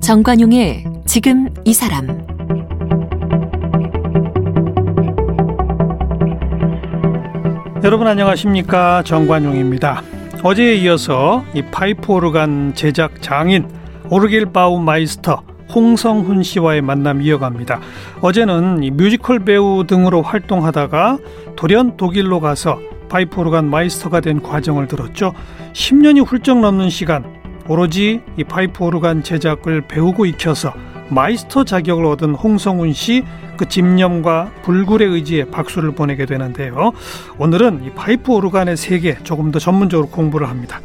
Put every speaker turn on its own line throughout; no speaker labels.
정관용의 지금 이 사람
여러분 안녕하십니까 정관용입니다. 어제에 이어서 이 파이프 오르간 제작 장인 오르길 바움 마이스터 홍성훈 씨와의 만남 이어갑니다. 어제는 이 뮤지컬 배우 등으로 활동하다가 돌연 독일로 가서 파이프 오르간 마이스터가 된 과정을 들었죠. 10년이 훌쩍 넘는 시간 오로지 이 파이프 오르간 제작을 배우고 익혀서 마이스터 자격을 얻은 홍성훈 씨 그 집념과 불굴의 의지에 박수를 보내게 되는데요. 오늘은 이 파이프 오르간의 세계 조금 더 전문적으로 공부를 합니다.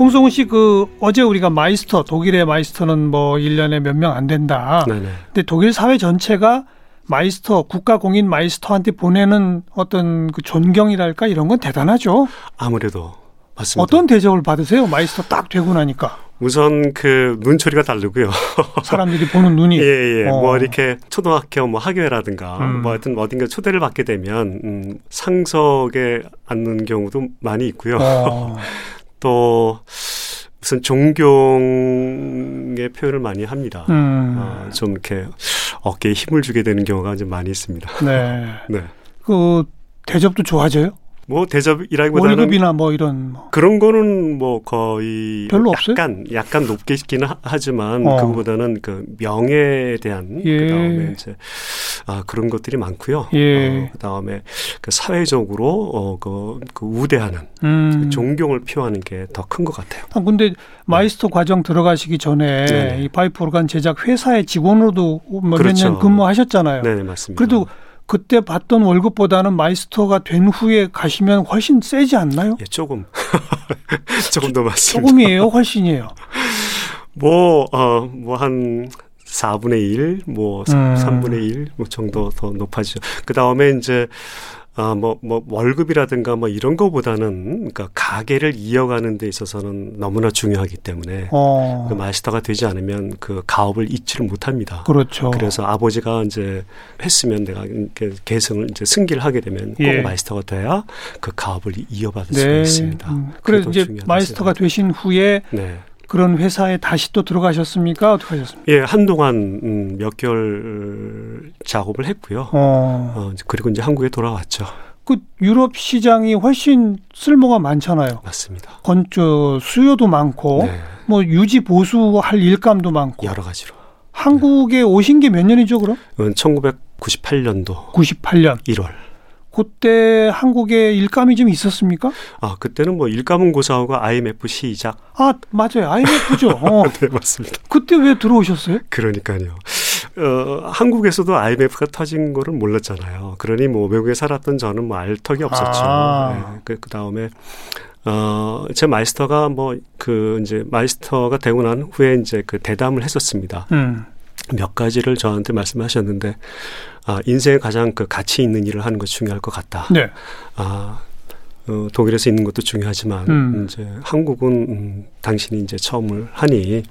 홍성훈 씨 그 어제 우리가 마이스터 독일의 마이스터는 뭐 1년에 몇 명 안 된다.
네네.
근데 독일 사회 전체가 마이스터 국가 공인 마이스터한테 보내는 어떤 그 존경이랄까 이런 건 대단하죠.
아무래도 맞습니다.
어떤 대접을 받으세요? 마이스터 딱 되고 나니까
우선 그 눈초리가 다르고요.
사람들이 보는 눈이
예, 예.
어.
뭐 이렇게 초등학교 뭐 학교라든가
음.
뭐 하여튼 어딘가 초대를 받게 되면 음, 상석에 앉는 경우도 많이 있고요.
어.
또 무슨 존경의 표현을 많이 합니다.
음.
어, 좀 이렇게 어깨에 힘을 주게 되는 경우가 이제 많이 있습니다.
네.
네.
그 대접도 좋아져요?
뭐 대접이라기보다는
월급이나 뭐 이런 뭐.
그런 거는 뭐 거의
별로 없어요?
약간 약간 높게 시키는 하- 하지만
어.
그거보다는 그 명예에 대한
예.
그다음에 이제 아 그런 것들이 많고요.
예.
어, 그다음에 그 사회적으로 어그 그 우대하는 그
음.
존경을 표하는 게 더 큰 것 같아요.
아, 근데 마이스터 과정 들어가시기 전에
네. 네네.
이 파이프 오르간 제작 회사의 직원으로도 뭐 몇년
그렇죠.
근무하셨잖아요.
네, 네 맞습니다.
그래도 그때 받던 월급보다는 마이스터가 된 후에 가시면 훨씬 세지 않나요?
예, 그렇죠. 조금 조금 더 맞습니다.
조금이에요, 훨씬이에요.
뭐, 어, 뭐어뭐한 4분의 1, 뭐
음.
3분의 1, 뭐 정도 더 높아지죠. 그 다음에 이제 아 뭐 뭐 월급이라든가 뭐 이런 거보다는 그러니까 가게를 이어가는 데 있어서는 너무나 중요하기 때문에
어,
그 마스터가 되지 않으면 그 가업을 잇지를 못합니다.
그렇죠.
그래서 아버지가 이제 했으면 내가 이렇게 계승을 이제 승기를 하게 되면 꼭
예.
마스터가 돼야 그 가업을 이어받을 수
네.
있습니다.
음,
그게
그래서
더
이제
중요하다
마이스터가 되신 후에
생각합니다. 네.
그런 회사에 다시 또 들어가셨습니까? 어떻게 하셨습니까?
예, 한동안 음, 몇 개월 작업을 했고요.
어.
어, 이제 그리고 이제 한국에 돌아왔죠.
그 유럽 시장이 훨씬 쓸모가 많잖아요.
맞습니다.
건조 수요도 많고
네,
뭐 유지 보수할 일감도 많고
여러 가지로.
한국에 오신 게 몇 년이죠, 그럼?
이건 1998년도
98년.
1월.
그때 한국에 일감이 좀 있었습니까?
아, 그때는 뭐 일감은 고사하고 IMF 시작.
아, 맞아요. IMF죠. 어.
네, 맞습니다.
그때 왜 들어오셨어요?
그러니까요. 어, 한국에서도 IMF가 터진 거를 몰랐잖아요. 그러니 뭐 외국에 살았던 저는 뭐 알 턱이 없었죠.
아.
네, 그, 그 다음에, 어, 제 마이스터가 뭐, 그, 이제 마이스터가 되고 난 후에 이제 그 대담을 했었습니다.
음.
몇 가지를 저한테 말씀하셨는데, 아, 인생에 가장 그 가치 있는 일을 하는 것이 중요할 것 같다.
네.
아, 어, 독일에서 있는 것도 중요하지만
음.
이제 한국은 음, 당신이 이제 처음을 하니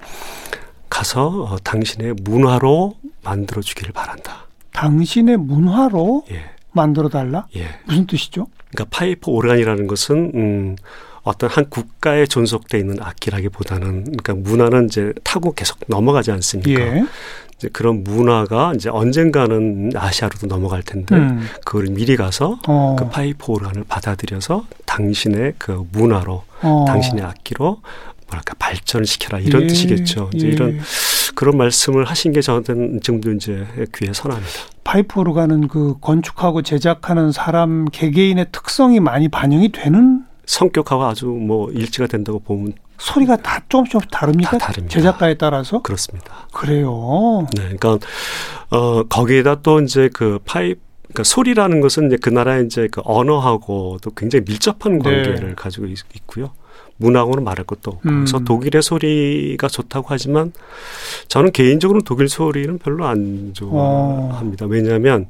가서 어, 당신의 문화로 만들어 주기를 바란다.
당신의 문화로
예,
만들어 달라?
예.
무슨 뜻이죠?
그러니까 파이프 오르간이라는 것은 음, 어떤 한 국가에 존속돼 있는 악기라기보다는 그러니까 문화는 이제 타고 계속 넘어가지 않습니까?
예.
이제 그런 문화가 이제 언젠가는 아시아로도 넘어갈 텐데
음.
그걸 미리 가서
어.
네. 그 파이프 오르간을 받아들여서 당신의 그 문화로
어.
당신의 악기로 뭐랄까 발전을 시켜라 이런
예,
뜻이겠죠. 이제
예.
이런 그런 말씀을 하신 게 저한테는 지금도 이제 귀에 선합니다.
파이프로 가는 그 건축하고 제작하는 사람 개개인의 특성이 많이 반영이 되는
성격하고 아주 뭐 일치가 된다고 보면
소리가 다 조금씩 조금씩 다릅니까?
다 다릅니다.
그러니까 제작가에 따라서
그렇습니다.
그래요.
네, 그러니까 어 거기에다 또 이제 그 파이 그러니까 소리라는 것은 이제 그 나라의 이제 그 언어하고도 굉장히 밀접한 관계를
네.
가지고 있, 고요 문화하고는 말할 것도 없고
음.
그래서 독일의 소리가 좋다고 하지만 저는 개인적으로 독일 소리는 별로 안 좋아합니다.
어.
왜냐하면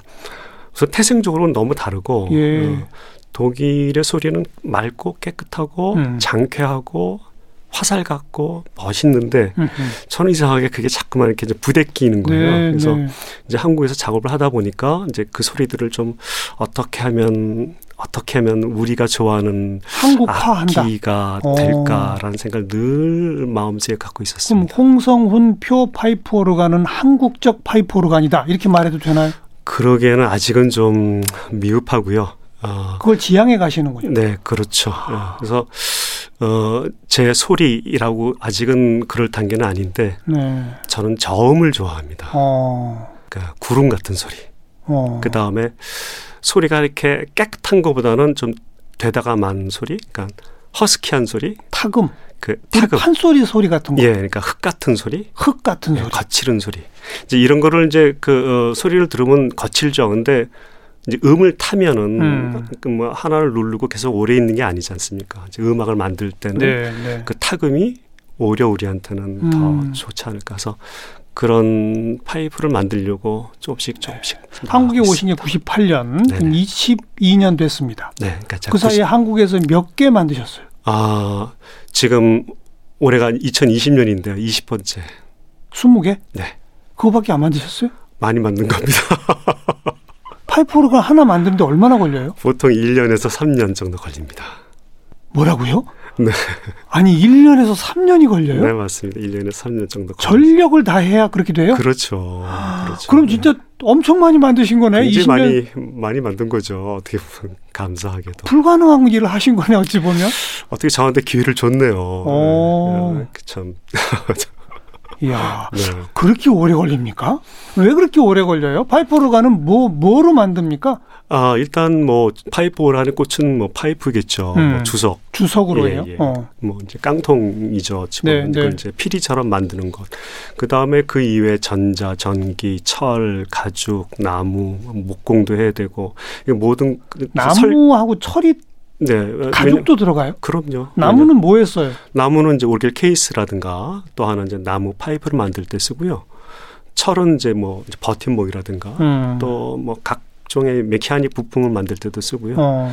우선 태생적으로는 너무 다르고
예.
어, 독일의 소리는 맑고 깨끗하고
음.
장쾌하고 화살 같고 멋있는데
음,
저는 이상하게 그게 자꾸만 이렇게 이제 부대끼는 거예요.
네,
그래서
네.
이제 한국에서 작업을 하다 보니까 이제 그 소리들을 좀 어떻게 하면 어떻게 하면 우리가 좋아하는
한국화한다.
악기가
어.
될까라는 생각을 늘 마음속에 갖고
그럼
있었습니다.
홍성훈 표 파이프 오르간은 한국적 파이프 오르간이다 이렇게 말해도 되나요?
그러기에는 아직은 좀 미흡하고요. 어,
그걸 지향해 가시는군요.
네, 그렇죠. 예, 그래서 어, 제 소리라고 아직은 그럴 단계는 아닌데
네.
저는 저음을 좋아합니다.
어.
그러니까 구름 같은 소리.
어.
그 다음에 소리가 이렇게 깨끗한 것보다는 좀 되다가 만 소리, 그러니까 허스키한 소리,
타금.
그
우리
타급,
판소리 소리 같은 거.
예, 그러니까 흙 같은 소리,
흙 같은
예,
소리.
거칠은 소리. 이제 이런 거를 이제 그 어, 소리를 들으면 거칠죠. 근데 이제 음을 타면은
음.
그뭐 하나를 누르고 계속 오래 있는 게 아니지 않습니까? 이제 음악을 만들 때는
네.
그 타금이 오히려 우리한테는
음.
더 좋지 않을까 해서 그런 파이프를 만들려고 조금씩 조금씩
한국에
나아가고
오신 게 98년,
네네.
그럼 22년 됐습니다.
있- 네, 그러니까 제가
그 사이에 한국에서 몇 개 만드셨어요?
아, 지금 올해가 2020년인데요. 20번째.
20개?
네.
그거밖에 안 만드셨어요?
많이 만든 겁니다.
파이프로가 하나 만드는데 얼마나 걸려요?
보통 1년에서 3년 정도 걸립니다.
뭐라고요?
네.
아니 1년에서 3년이 걸려요?
네, 맞습니다. 1년에서 3년 정도 걸립니다.
전력을 다 해야 그렇게 돼요?
그렇죠. 그렇죠.
그럼 진짜 엄청 많이 만드신 거네.
굉장히
20년
많이 많이 만든 거죠. 어떻게 보면 감사하게도.
불가능한 일을 하신 거네 어찌 보면.
어떻게 저한테 기회를 줬네요.
오.
네, 그 참.
이야.
네.
그렇게 오래 걸립니까? 왜 그렇게 오래 걸려요? 파이프로가는 뭐 뭐로 만듭니까?
아, 일단 뭐 파이프 오라는 꽃은 뭐 파이프겠죠.
음.
뭐 주석.
주석으로
예,
해요.
예.
어.
뭐 이제 깡통이죠 지금
네,
그걸
네.
이제 피리처럼 만드는 것. 그 다음에 그 이외에 전자, 전기, 철, 가죽, 나무, 목공도 해야 되고 이 모든 그- 설-
나무하고 철이
네 왜냐-
가죽도 들어가요?
그럼요. 왜냐-
나무는 뭐 했어요?
나무는 이제 오길 케이스라든가 또 하나 이제 나무 파이프를 만들 때 쓰고요. 철은 이제 뭐 이제 버팀목이라든가
음.
또 뭐 각종의 메카닉 부품을 만들 때도 쓰고요.
어.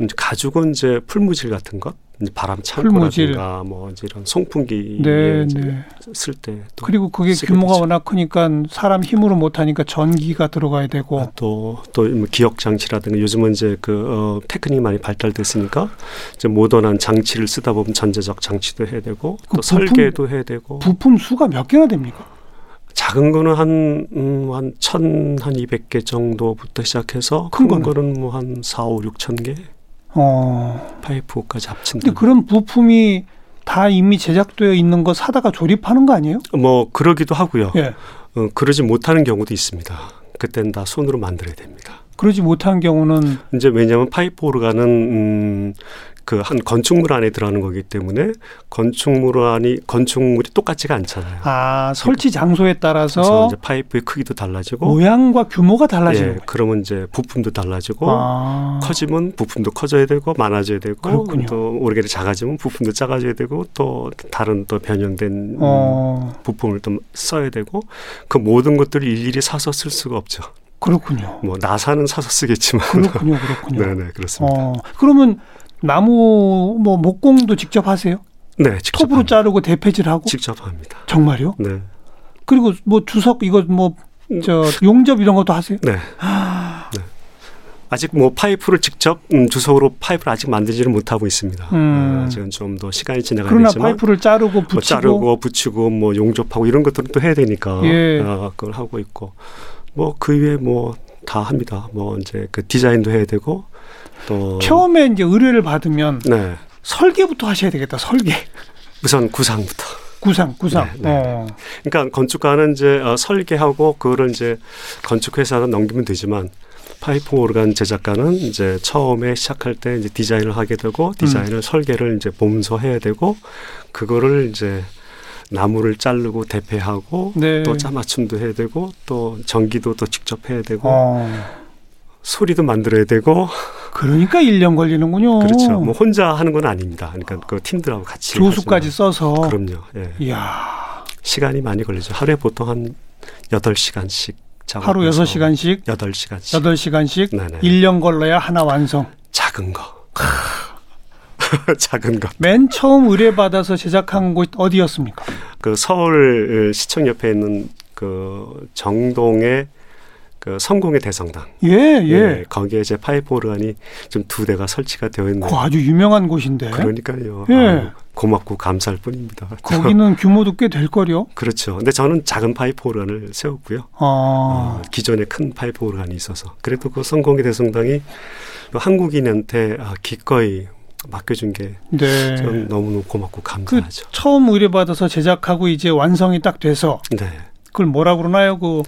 이제 가죽은 이제 풀무질 같은 것, 이제 바람 창고라든가 뭐 이제 이런 송풍기
네,
에
네.
예, 쓸때또
그리고 그게
쓰게
규모가
되죠.
워낙 크니까 사람 힘으로 못 하니까 전기가 들어가야 되고.
또, 또, 뭐 기억 장치라든가 요즘은 이제 그, 어, 테크닉이 많이 발달됐으니까 이제 모던한 장치를 쓰다 보면 전자적 장치도 해야 되고
그
또
부품-
설계도 해야 되고
부품 수가 몇 개나 됩니까?
작은 거는 한, 음, 한 천, 한 이백 개 정도부터 시작해서
큰
큰
거는?
거는 뭐 한 사, 오, 육천 개
어.
파이프까지
근데
합친다.
그런 부품이 다 이미 제작되어 있는 거 사다가 조립하는 거 아니에요?
뭐, 그러기도 하고요.
예.
어, 그러지 못하는 경우도 있습니다. 그땐 다 손으로 만들어야 됩니다.
그러지 못한 경우는
이제 왜냐하면 파이프 오르간은 음, 그 한 건축물 안에 들어가는 거기 때문에 건축물 안이 건축물이 똑같지가 않잖아요.
아 설치 장소에
그래서
따라서
이제 파이프의 크기도 달라지고,
모양과 규모가 달라지는
예, 어?
거예요.
그러면 이제 부품도 달라지고.
아,
커지면 부품도 커져야 되고 많아져야 되고
그렇군요.
또 오르간이 작아지면 부품도 작아져야 되고 또 다른 또 변형된 음,
어
부품을 또 써야 되고 그 모든 것들을 일일이 사서 쓸 수가 없죠.
그렇군요.
뭐 나사는 사서 쓰겠지만
그렇군요, 그렇군요.
네네 그렇습니다.
어 그러면 나무 뭐 목공도 직접 하세요?
네 직접
톱으로
합니다.
자르고 대패질하고
직접 합니다.
정말요?
네.
그리고 뭐 주석 이거 뭐
음.
저 용접 이런 것도 하세요?
네. 네. 아직 뭐 파이프를 직접 음, 주석으로 파이프를 아직 만들지는 못하고 있습니다.
음.
네, 아직은 좀 더 시간이
그러나
지나가겠지만
파이프를 자르고
네, 뭐
붙이고
자르고 붙이고 뭐 용접하고 이런 것들은 또 해야 되니까
예.
아, 그걸 하고 있고 뭐 그 외에 뭐 다 합니다. 뭐 이제 그 디자인도 해야 되고
어.
또
처음에 이제 의뢰를 받으면
네.
설계부터 하셔야 되겠다. 설계.
우선 구상부터.
구상, 구상.
네, 네,
어.
그러니까 건축가는 이제 어, 설계하고 그거를 이제 건축회사로 넘기면 되지만 파이프 오르간 제작가는 이제 처음에 시작할 때 이제 디자인을 하게
음.
되고 디자인을 설계를 이제 몸소해야 되고 그거를 이제 나무를 자르고 대패하고
네.
또 짜맞춤도 해야 되고 또 전기도 또 직접 해야 되고
어.
소리도 만들어야 되고
그러니까 1년 걸리는군요.
그렇죠. 뭐 혼자 하는 건 아닙니다. 그러니까 그 팀들하고 같이
어. 조수까지
하지만.
써서.
그럼요. 예.
이야,
시간이 많이 걸리죠. 하루에 보통 한 8시간씩 작업.
하루 6시간씩,
8시간씩.
8시간씩,
네, 네네.
1년 걸러야 하나 완성.
작은 거. 작은 것.
맨 처음 의뢰받아서 제작한 곳 어디였습니까?
그 서울 시청 옆에 있는 그 정동의 그 성공의 대성당.
예, 예.
거기에 제 파이프 오르간이 좀 두 대가 설치가 되어 있는.
그거 아주 유명한 곳인데.
그러니까요.
예.
아유, 고맙고 감사할 뿐입니다.
거기는 규모도 꽤 될 거려.
그렇죠. 근데 저는 작은 파이프 오르간을 세웠고요.
아,
어, 기존에 큰 파이프 오르간이 있어서. 그래도 그 성공의 대성당이 한국인한테 아, 기꺼이 맡겨준 게
네.
저는 너무너무 고맙고 감사하죠.
처음 의뢰받아서 제작하고 이제 완성이 딱 돼서
네.
그걸 뭐라 그러나요? 그,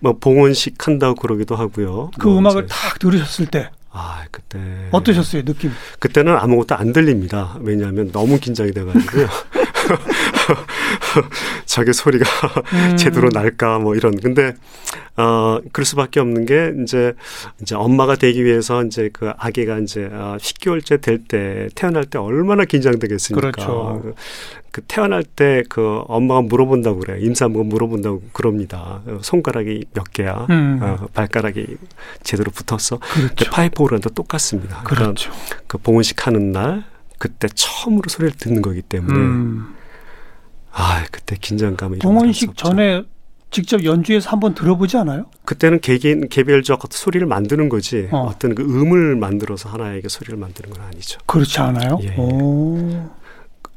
뭐 봉헌식 한다고 그러기도 하고요.
그
뭐
음악을
이제-
탁 들으셨을 때
아 그때
어떠셨어요, 느낌?
그때는 아무것도 안 들립니다. 왜냐하면 너무 긴장이 돼가지고요. 저게 소리가
음.
제대로 날까 뭐 이런. 근데 어 그럴 수밖에 없는 게 이제 이제 엄마가 되기 위해서 이제 그 아기가 이제 아, 10개월째 될 때 태어날 때 얼마나 긴장되겠습니까.
그렇죠.
그 태어날 때 그 엄마가 물어본다고 그래요. 임산부가 물어본다고 그럽니다. 어, 손가락이 몇 개야?
음.
어, 발가락이 제대로 붙었어.
그렇죠.
근데 파이프 오란도 똑같습니다. 네. 그러니까
그렇죠.
그 봉헌식 하는 날 그때 처음으로 소리를 듣는 거기 때문에
음.
아 그때 네. 긴장감이
동원식
없죠.
전에 직접 연주해서 한번 들어보지 않아요?
그때는 개개인 개별적 소리를 만드는 거지
어.
어. 떤그 음을 만들어서 하나의 그 소리를 만드는 건 아니죠.
그렇지 않아요?
예.
오.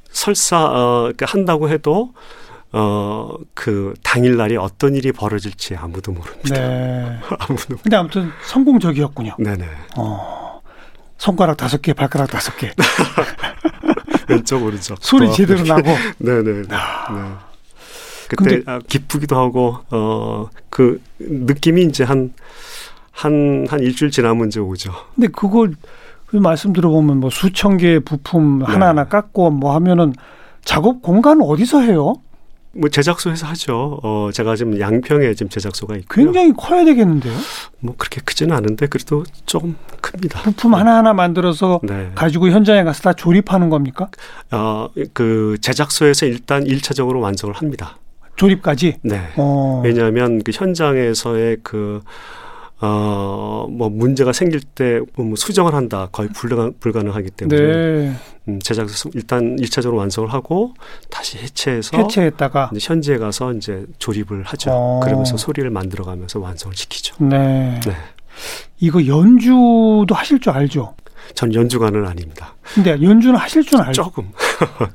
설사 어, 그 한다고 해도 어 그 당일 날이 어떤 일이 벌어질지 아무도 모릅니다.
네.
아무도
근데 아무튼 성공적이었군요.
네네
어. 손가락 다섯 개, 발가락 다섯 개.
왼쪽 오른쪽
소리
또
제대로 아. 나고.
네. 아, 네네. 네. 그때 아, 기쁘기도 하고 어 그 느낌이 이제 한 한 한 일주일 지나면 이제 오죠.
근데 그걸 그 말씀 들어보면 뭐 수천 개의 부품
네.
하나하나 깎고 뭐 하면은 작업 공간은 어디서 해요?
뭐 제작소에서 하죠. 어 제가 지금 양평에 지금 제작소가 있고요.
굉장히 커야 되겠는데요.
뭐 그렇게 크지는 않은데 그래도 조금 큽니다.
부품 하나하나 만들어서
네.
가지고 현장에 가서 다 조립하는 겁니까?
어그 제작소에서 일단 일차적으로 완성을 합니다.
조립까지.
네.
어.
왜냐하면 그 현장에서의 그 어, 뭐, 문제가 생길 때, 뭐 수정을 한다. 거의 불가, 불가능하기 때문에.
네.
음, 제작해서 일단 일차적으로 완성을 하고 다시 해체해서
해체했다가
이제 현지에 가서 이제 조립을 하죠.
어.
그러면서 소리를 만들어가면서 완성을 시키죠.
네.
네.
이거 연주도 하실 줄 알죠.
전 연주가는 아닙니다.
근데 연주는 하실 줄 알죠.
조금.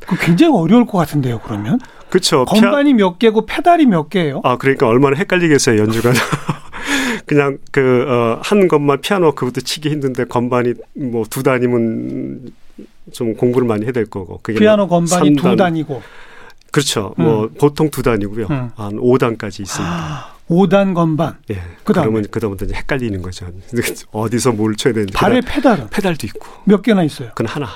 그 굉장히 어려울 것 같은데요. 그러면
그렇죠.
건반이 몇 개고 페달이 몇 개예요?
아 그러니까 얼마나 헷갈리겠어요 연주가. 그냥 그어한 것만 피아노 그것도 치기 힘든데 건반이 뭐 두 단이면 좀 공부를 많이 해야 될 거고. 그게
피아노 건반이 두
삼단.
단이고
그렇죠. 뭐 보통 두 단이고요.
음.
한 5단까지 있습니다.
오단 건반.
예.
그다음에?
그러면 그다음부터 이제 헷갈리는 거죠. 그 어디서 뭘 쳐야 되는지.
발의
페달-
페달은
페달도 있고.
몇 개나 있어요?
그건 하나.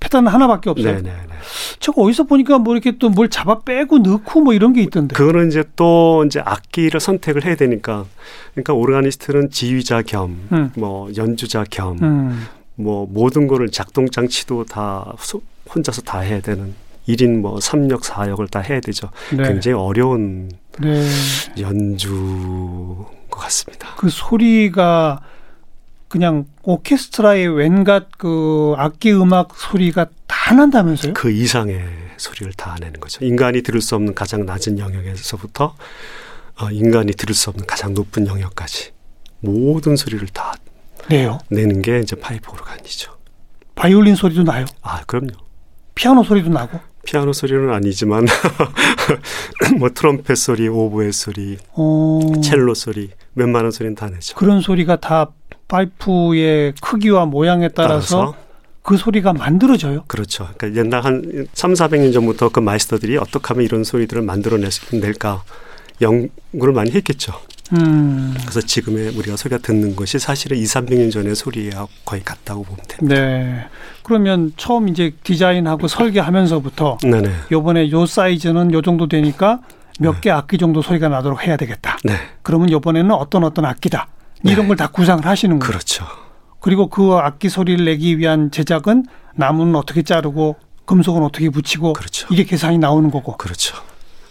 페달은 하나밖에 없어요.
네, 네, 네.
저거 어디서 보니까 뭐 이렇게 또 뭘 잡아 빼고 넣고 뭐 이런 게 있던데.
그거는 이제 또 이제 악기를 선택을 해야 되니까. 그러니까 오르가니스트는 지휘자 겸,
음.
뭐 연주자 겸,
음.
뭐 모든 거를 작동 장치도 다 소- 혼자서 다 해야 되는. 일인뭐 3역, 4역을 다 해야 되죠.
네.
굉장히 어려운
네.
연주인 것 같습니다.
그 소리가 그냥 오케스트라의 웬갓 그 악기 음악 소리가 다 난다면서요?
그 이상의 소리를 다 내는 거죠. 인간이 들을 수 없는 가장 낮은 영역에서부터 어, 인간이 들을 수 없는 가장 높은 영역까지 모든 소리를 다
네요.
내는 게 이제 파이프 오르간이죠.
바이올린 소리도 나요.
아, 그럼요.
피아노 소리도 나고.
피아노 소리는 아니지만 뭐 트럼펫 소리, 오보에 소리,
어.
첼로 소리, 웬만한 소리는 다 내죠.
그런 소리가 다 파이프의 크기와 모양에 따라서 그 소리가 만들어져요.
그렇죠. 그러니까 옛날 한 3, 400년 전부터 그 마이스터들이 어떻게 하면 이런 소리들을 만들어낼 수 있을까 연구를 많이 했겠죠.
음.
그래서 지금의 우리가 소리가 듣는 것이 사실은 2, 300년 전의 소리와 거의 같다고 보면 됩니다.
네. 그러면 처음 이제 디자인하고 설계하면서부터
네네.
요번에 요 사이즈는 요 정도 되니까 몇 개 악기 정도 소리가 나도록 해야 되겠다.
네.
그러면 요번에는 어떤 어떤 악기다. 이런 걸 다 구상을 하시는 거예요.
그렇죠.
그리고 그 악기 소리를 내기 위한 제작은 나무는 어떻게 자르고 금속은 어떻게 붙이고
그렇죠.
이게 계산이 나오는 거고.
그렇죠.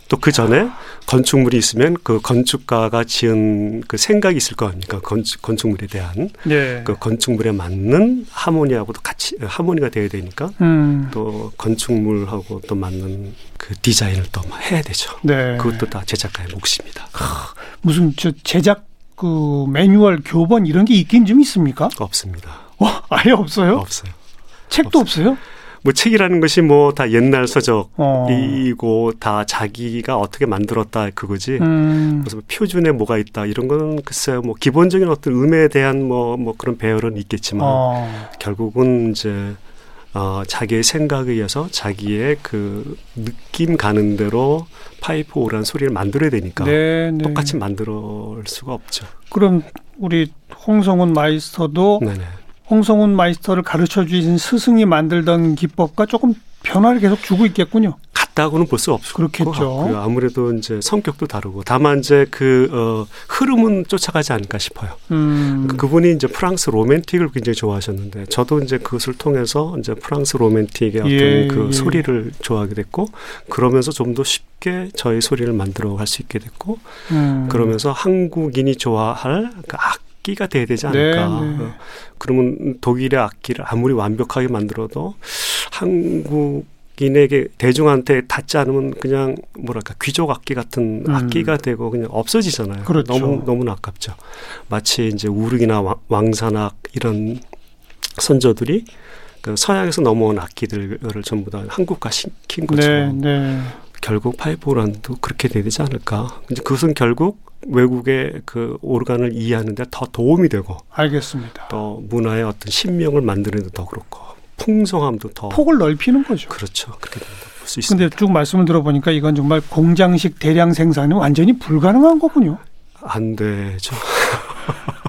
또 그 전에 건축물이 있으면 그 건축가가 지은 그 생각이 있을 거 아닙니까? 건축, 건축물에 대한
예.
그 건축물에 맞는 하모니하고도 같이 하모니가 돼야 되니까
음.
또 건축물하고 또 맞는 그 디자인을 또 해야 되죠.
네.
그것도 다 제작가의 몫입니다.
무슨 저 제작 그 매뉴얼 교본 이런 게 있긴 좀 있습니까?
없습니다.
와, 아예 없어요?
어? 없어요.
책도 없어요?
뭐 책이라는 것이 뭐 다 옛날
어.
서적이고 다 자기가 어떻게 만들었다 그거지.
음.
무슨 표준에 뭐가 있다 이런 거는 글쎄요 뭐 기본적인 어떤 음에 대한 뭐 뭐 그런 배열은 있겠지만
어.
결국은 이제 어, 자기의 생각에 의해서 자기의 그 느낌 가는 대로 파이프 오라는 소리를 만들어야 되니까
네, 네.
그러니까 똑같이 만들 수가 없죠.
그럼 우리 홍성훈 마이스터도
네네.
홍성훈 마이스터를 가르쳐 주신 스승이 만들던 기법과 조금 변화를 계속 주고 있겠군요.
같다고는 볼 수 없을
그렇겠죠.
것 같고요. 아무래도 이제 성격도 다르고 다만 이제 그 어, 흐름은 쫓아가지 않을까 싶어요.
음.
그- 그분이 이제 프랑스 로맨틱을 굉장히 좋아하셨는데 저도 이제 그것을 통해서 이제 프랑스 로맨틱의 어떤
예,
그
예.
소리를 좋아하게 됐고 그러면서 좀 더 쉽게 저의 소리를 만들어 갈 수 있게 됐고
음.
그러면서 한국인이 좋아할 그 악기가 돼야 되지 않을까.
네, 네.
어, 그러면 독일의 악기를 아무리 완벽하게 만들어도 한국인에게 대중한테 닿지 않으면 그냥 뭐랄까 귀족 악기 같은
음.
악기가 되고 그냥 없어지잖아요.
그렇죠.
너무 너무 아깝죠. 마치 이제 우르기나 왕- 왕산악 이런 선조들이 그 서양에서 넘어온 악기들을 전부 다 한국화 시킨
네,
것처럼
네.
결국 파이프오란도 그렇게 돼야 되지 않을까. 근데 그것은 결국 외국의 그 오르간을 이해하는데 더 도움이 되고
알겠습니다.
또 문화의 어떤 신명을 만드는 데더 그렇고 풍성함도 더
폭을 넓히는 거죠.
그렇죠. 그렇게 된다고 볼 수 있습니다.
근데 쭉 말씀을 들어보니까 이건 정말 공장식 대량 생산은 완전히 불가능한 거군요.
안 되죠.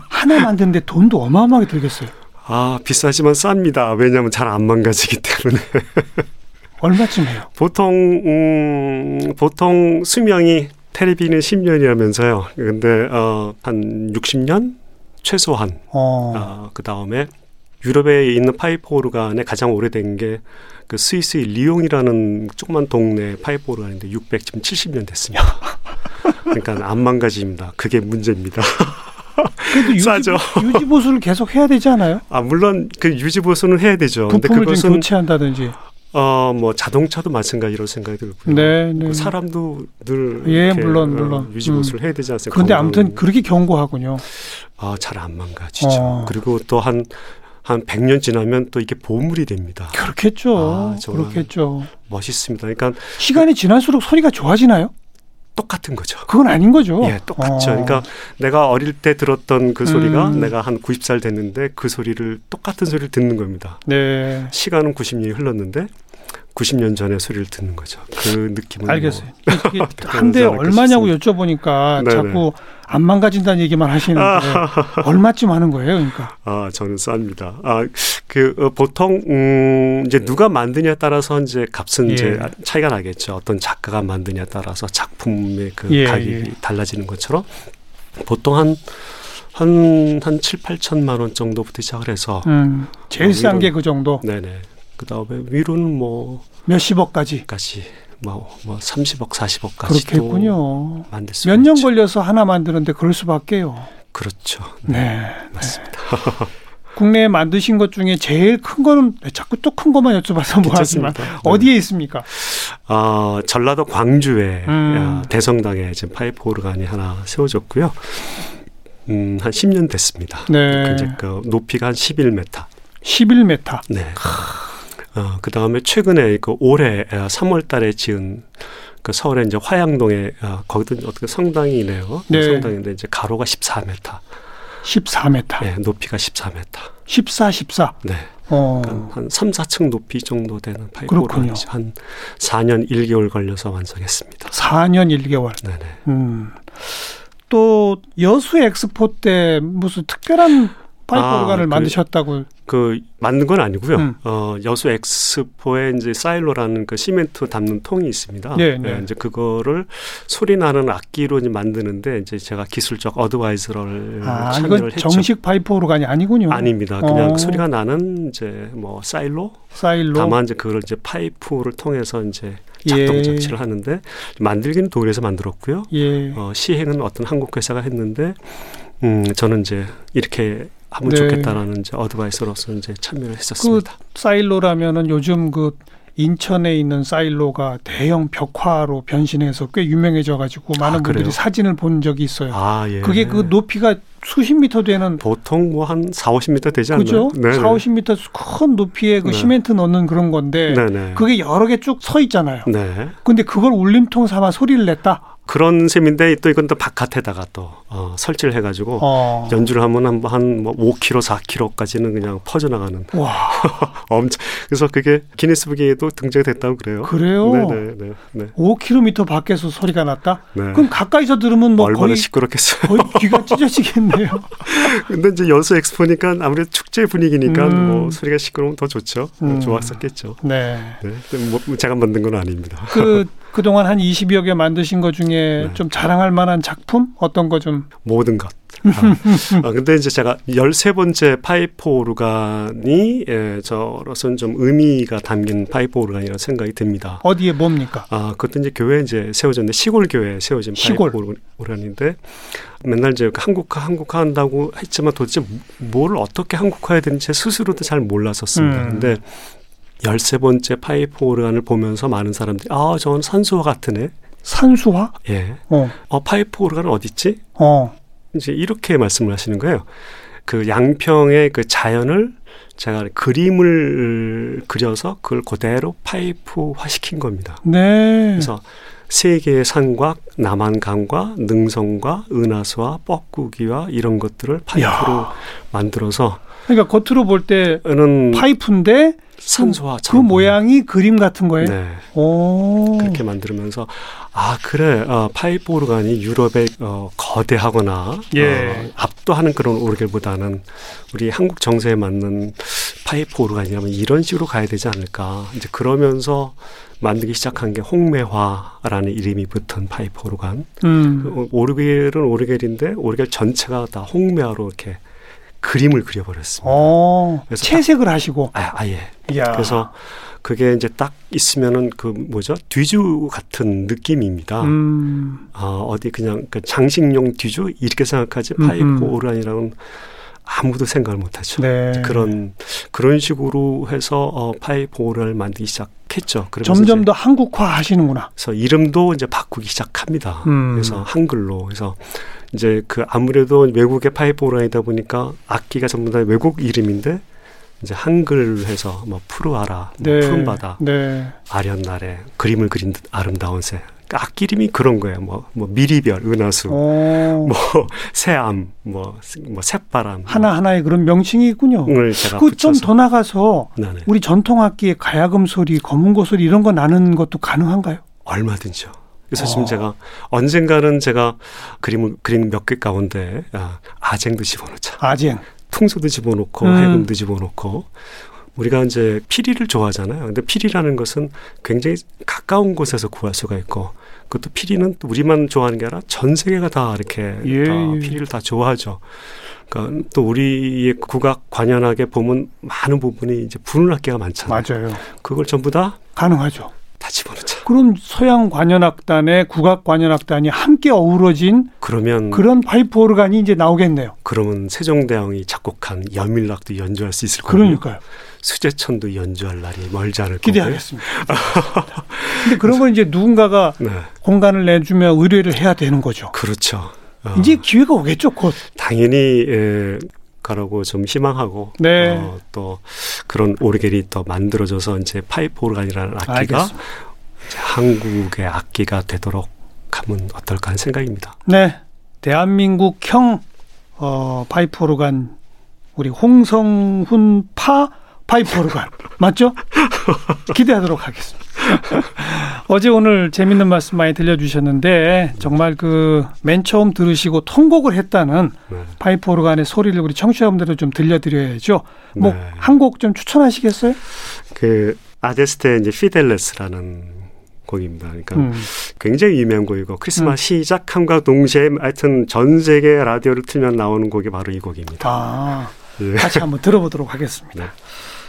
하나 만드는데 돈도 어마어마하게 들겠어요.
아 비싸지만 쌉니다. 왜냐하면 잘 안 망가지기 때문에
얼마쯤 해요?
보통 음, 보통 수명이 테레비는 10년이라면서요. 근데 어, 한 60년 최소한
어.
아, 그 다음에 유럽에 있는 파이프 오르간의 가장 오래된 게 그 스위스 의 리옹이라는 조그만 동네 파이프 오르간인데 600 지금 70년 됐습니다. 그러니까 안 망가집니다. 그게 문제입니다.
그래도 유지,
싸죠.
유지 보수를 계속 해야 되지 않아요?
아 물론 그 유지 보수는 해야 되죠. 어, 근데
부품을 좀
그것은
교체한다든지.
어뭐 자동차도 마찬가지로 생각이 들고요.
네, 네.
그 사람도 늘
예,
이렇게,
물론,
어,
물론. 음.
유지 보수를 해야 되지 않습니까?
그런데 아무튼
건강.
그렇게 경고하군요.
아, 잘 안 망가지죠.
어.
그리고 또 한 한 100년 지나면 또 이게 보물이 됩니다.
그렇겠죠.
아, 정말.
그렇겠죠.
멋있습니다. 그러니까
시간이 지날수록 소리가 좋아지나요?
똑같은 거죠.
그건 아닌 거죠.
예, 똑같죠.
어.
그러니까 내가 어릴 때 들었던 그 소리가
음.
내가 한 90살 됐는데 그 소리를 똑같은 소리를 듣는 겁니다.
네.
시간은 90년이 흘렀는데 90년 전의 소리를 듣는 거죠. 그 느낌은
알겠어요.
뭐
한 대
않을까
얼마냐고 여쭤보니까
네네.
자꾸 안 망가진다는 얘기만 하시는데 얼마쯤 하는 거예요, 그러니까.
아, 저는 쌉니다. 아, 그 어, 보통 음, 이제 누가 만드냐에 따라서 이제 값은
예.
이제 차이가 나겠죠. 어떤 작가가 만드냐에 따라서 작품의 그
예,
가격이
예.
달라지는 것처럼 보통 한 한한 한 7, 8천만 원 정도부터 시작을 해서
음, 제일
어,
싼
이런-
게 그 정도.
네네. 그 다음에 위로는 뭐까지
몇십억까지.
뭐, 뭐 30억, 40억까지도
그렇겠군요.
만들 수
몇 년 걸려서 하나 만드는데 그럴 수밖에요.
그렇죠.
네.
맞습니다.
국내에 만드신 것 중에 제일 큰 거는 네, 자꾸 또 큰 것만 여쭤봐서 뭐하지만
괜찮습니다. 네.
어디에 있습니까?
어, 전라도 광주에
음.
야, 대성당에 지금 파이프 오르간이 하나 세워졌고요. 음, 한 10년 됐습니다.
네.
이제 그 높이가 한 11m.
11m.
네. 어, 그 다음에 최근에 그 올해 3월 달에 지은 그 서울의 이제 화양동에 어, 거기도 어떻게 성당이네요.
네.
성당인데 이제 가로가 14m.
14m.
네, 높이가 14m.
14, 14.
네.
어.
한, 한 3, 4층 높이 정도 되는 파이프
그렇군요.
오르간이 한 4년 1개월 걸려서 완성했습니다.
4년 1개월.
네네.
음. 또 여수 엑스포 때 무슨 특별한 파이프
아,
오르간을
그-
만드셨다고.
그 만든 건 아니고요.
음.
어, 여수 엑스포에 이제 사일로라는 그 시멘트 담는 통이 있습니다.
네, 네.
예, 이제 그거를 소리 나는 악기로 이제 만드는데 이제 제가 기술적 어드바이저를
아,
네, 참여를
이건
했죠.
정식 파이프 오르간이 아니군요.
아닙니다. 그냥
어.
소리가 나는 이제 뭐 사일로
사일로.
다만 이제 그걸 이제 파이프를 통해서 이제 작동
예.
장치를 하는데 만들기는 독일에서 만들었고요.
예.
어, 시행은 어떤 한국 회사가 했는데 음, 저는 이제 이렇게 하면
네. 그
좋겠다라는 이제 어드바이스로서 이제 참여를 했었습니다.
사일로라면은 요즘 그 인천에 있는 사일로가 대형 벽화로 변신해서 꽤 유명해져 가지고 많은
아, 그래요?
분들이 사진을 본 적이 있어요.
아, 예.
그게 그 높이가 수십 미터 되는
보통 뭐 한 4, 50m 되지 않나요?
그죠?
네네.
4, 50미터 큰 높이의 그
네.
시멘트 넣는 그런 건데
네네.
그게 여러 개 쭉 서 있잖아요.
네.
근데 그걸 울림통 삼아 소리를 냈다.
그런 셈인데 또 이건 또 바깥에다가 또 어, 설치를 해가지고
어.
연주를 하면 한, 한 뭐 5km, 4km까지는 그냥 퍼져나가는
와,
엄청 그래서 그게 기네스북에도 등장됐다고 그래요.
그래요?
네네네. 네.
5km 밖에서 소리가 났다.
네.
그럼 가까이서 들으면 뭐
얼마나
거의
시끄럽겠어요.
거의 귀가 찢어지겠네요.
근데 이제 연수 엑스포니까 아무래도 축제 분위기니까
음.
뭐 소리가 시끄러우면 더 좋죠.
음.
좋았었겠죠.
네.
네. 근데 뭐 제가 만든 건 아닙니다.
그 그동안 한 20여 개 만드신 것 중에
네.
좀 자랑할 만한 작품 어떤 거 좀.
모든 것. 아. 아, 근데 이제 제가 13번째 파이프 오르간이 예, 저로서는 좀 의미가 담긴 파이프 오르간이라는 생각이 듭니다.
어디에 뭡니까?
아, 그것도 이제 교회 이제 세워졌는데 시골 교회에 세워진
시골.
파이프 오르- 오르간인데 맨날 이제 한국화 한국화 한다고 했지만 도대체 뭘 어떻게 한국화해야 되는지 제 스스로도 잘 몰랐었습니다.
음.
근데 열세 번째 파이프 오르간을 보면서 많은 사람들이 아, 저건 산수화 같으네.
산수화?
예.
어.
어, 파이프 오르간은 어디 있지?
어.
이제 이렇게 말씀을 하시는 거예요. 그 양평의 그 자연을 제가 그림을 그려서 그걸 그대로 파이프화 시킨 겁니다.
네.
그래서 세 개의 산과 남한강과 능성과 은하수와 뻐꾸기와 이런 것들을 파이프로 만들어서
그러니까 겉으로 볼 때
는
파이프인데
산소와
그 모양이 그림 같은 거예요.
네
오.
그렇게 만들면서 아 그래 어, 파이프 오르간이 유럽의 어, 거대하거나
예.
어, 압도하는 그런 오르간보다는 우리 한국 정서에 맞는 파이프 오르간이라면 이런 식으로 가야 되지 않을까 이제 그러면서 만들기 시작한 게 홍매화라는 이름이 붙은 파이프 오르간
음.
어, 오르겔은 오르겔인데 오르겔 전체가 다 홍매화로 이렇게 그림을 그려버렸습니다.
어.
그래서
채색을 하시고.
아, 아예.
이야.
그래서 그게 이제 딱 있으면은 그 뭐죠 뒤주 같은 느낌입니다.
음.
아, 어디 그냥 그 장식용 뒤주 이렇게 생각하지
음,
파이프
음.
오르안이랑은 아무도 생각을 못하죠.
네.
그런 그런 식으로 해서 어, 파이프 오르안을 만들기 시작했죠. 그러면서 이제
점점 더 한국화 하시는구나.
그래서 이름도 이제 바꾸기 시작합니다.
음.
그래서 한글로 그래서 이제 그 아무래도 외국의 파이프 오라이다 보니까 악기가 전부 다 외국 이름인데 이제 한글로 해서 뭐 푸르아라, 뭐 푸른 바다,
네.
아련 날에 그림을 그린 듯 아름다운 새. 그러니까 악기 이름이 그런 거예요. 뭐, 뭐 미리별, 은하수,
어.
뭐 새암, 뭐, 뭐 새바람.
하나하나의 그런 명칭이 있군요.
을 제가
그 좀 더
음, 네. 붙여서 네.
나가서
나는
우리 전통 악기의 가야금 소리, 검은고 소리 이런 거 나는 것도 가능한가요?
얼마든지요. 그래서
어.
지금 제가 언젠가는 제가 그림을 그린 몇 개 가운데 아, 아쟁도 집어넣자.
아쟁.
풍소도 집어넣고
음.
해금도 집어넣고 우리가 이제 피리를 좋아하잖아요. 근데 피리라는 것은 굉장히 가까운 곳에서 구할 수가 있고 그것도 피리는 또 우리만 좋아하는 게 아니라 전 세계가 다 이렇게
예,
다
예.
피리를 다 좋아하죠. 그러니까 또 우리의 국악 관연하게 보면 많은 부분이 이제 부는 악기가 많잖아요.
맞아요.
그걸 전부 다 다
가능하죠.
집어넣자.
그럼 서양 관현악단에 국악 관현악단이 함께 어우러진
그러면
그런 파이프 오르간이 이제 나오겠네요.
그러면 세종대왕이 작곡한 연밀락도 연주할 수 있을 거고
그러니까요.
수제천도 연주할 날이 멀지 않을 거고
기대하겠습니다. 근데 그런 건 이제 누군가가
네,
공간을 내주며 의뢰를 해야 되는 거죠.
그렇죠. 어,
이제 기회가 오겠죠, 곧.
당연히 예, 가라고 좀 희망하고
네.
어, 또 그런 오르겔이 또 만들어져서 이제 파이프 오르간이라는 악기가
알겠습니다.
이제 한국의 악기가 되도록 하면 어떨까 하는 생각입니다.
네. 대한민국형 어, 파이프 오르간 우리 홍성훈 파 파이프 오르간 맞죠? 기대하도록 하겠습니다. 어제 오늘 재밌는 말씀 많이 들려주셨는데 정말 그 맨 처음 들으시고 통곡을 했다는
네.
파이프 오르간의 소리를 우리 청취자분들은 좀 들려드려야죠. 뭐
네.
한 곡 좀 추천하시겠어요?
그 아데스테의 이제 피델레스라는 곡입니다. 그러니까
음.
굉장히 유명한 곡이고 크리스마스 시작함과 동시에 하여튼 전 세계 라디오를 틀면 나오는 곡이 바로 이 곡입니다.
아,
예.
같이 한번 들어보도록 하겠습니다.
네.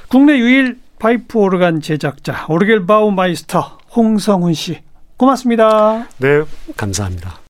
국내 유일 파이프 오르간 제작자 오르겔 바우마이스터
홍성훈 씨. 고맙습니다.
네, 감사합니다.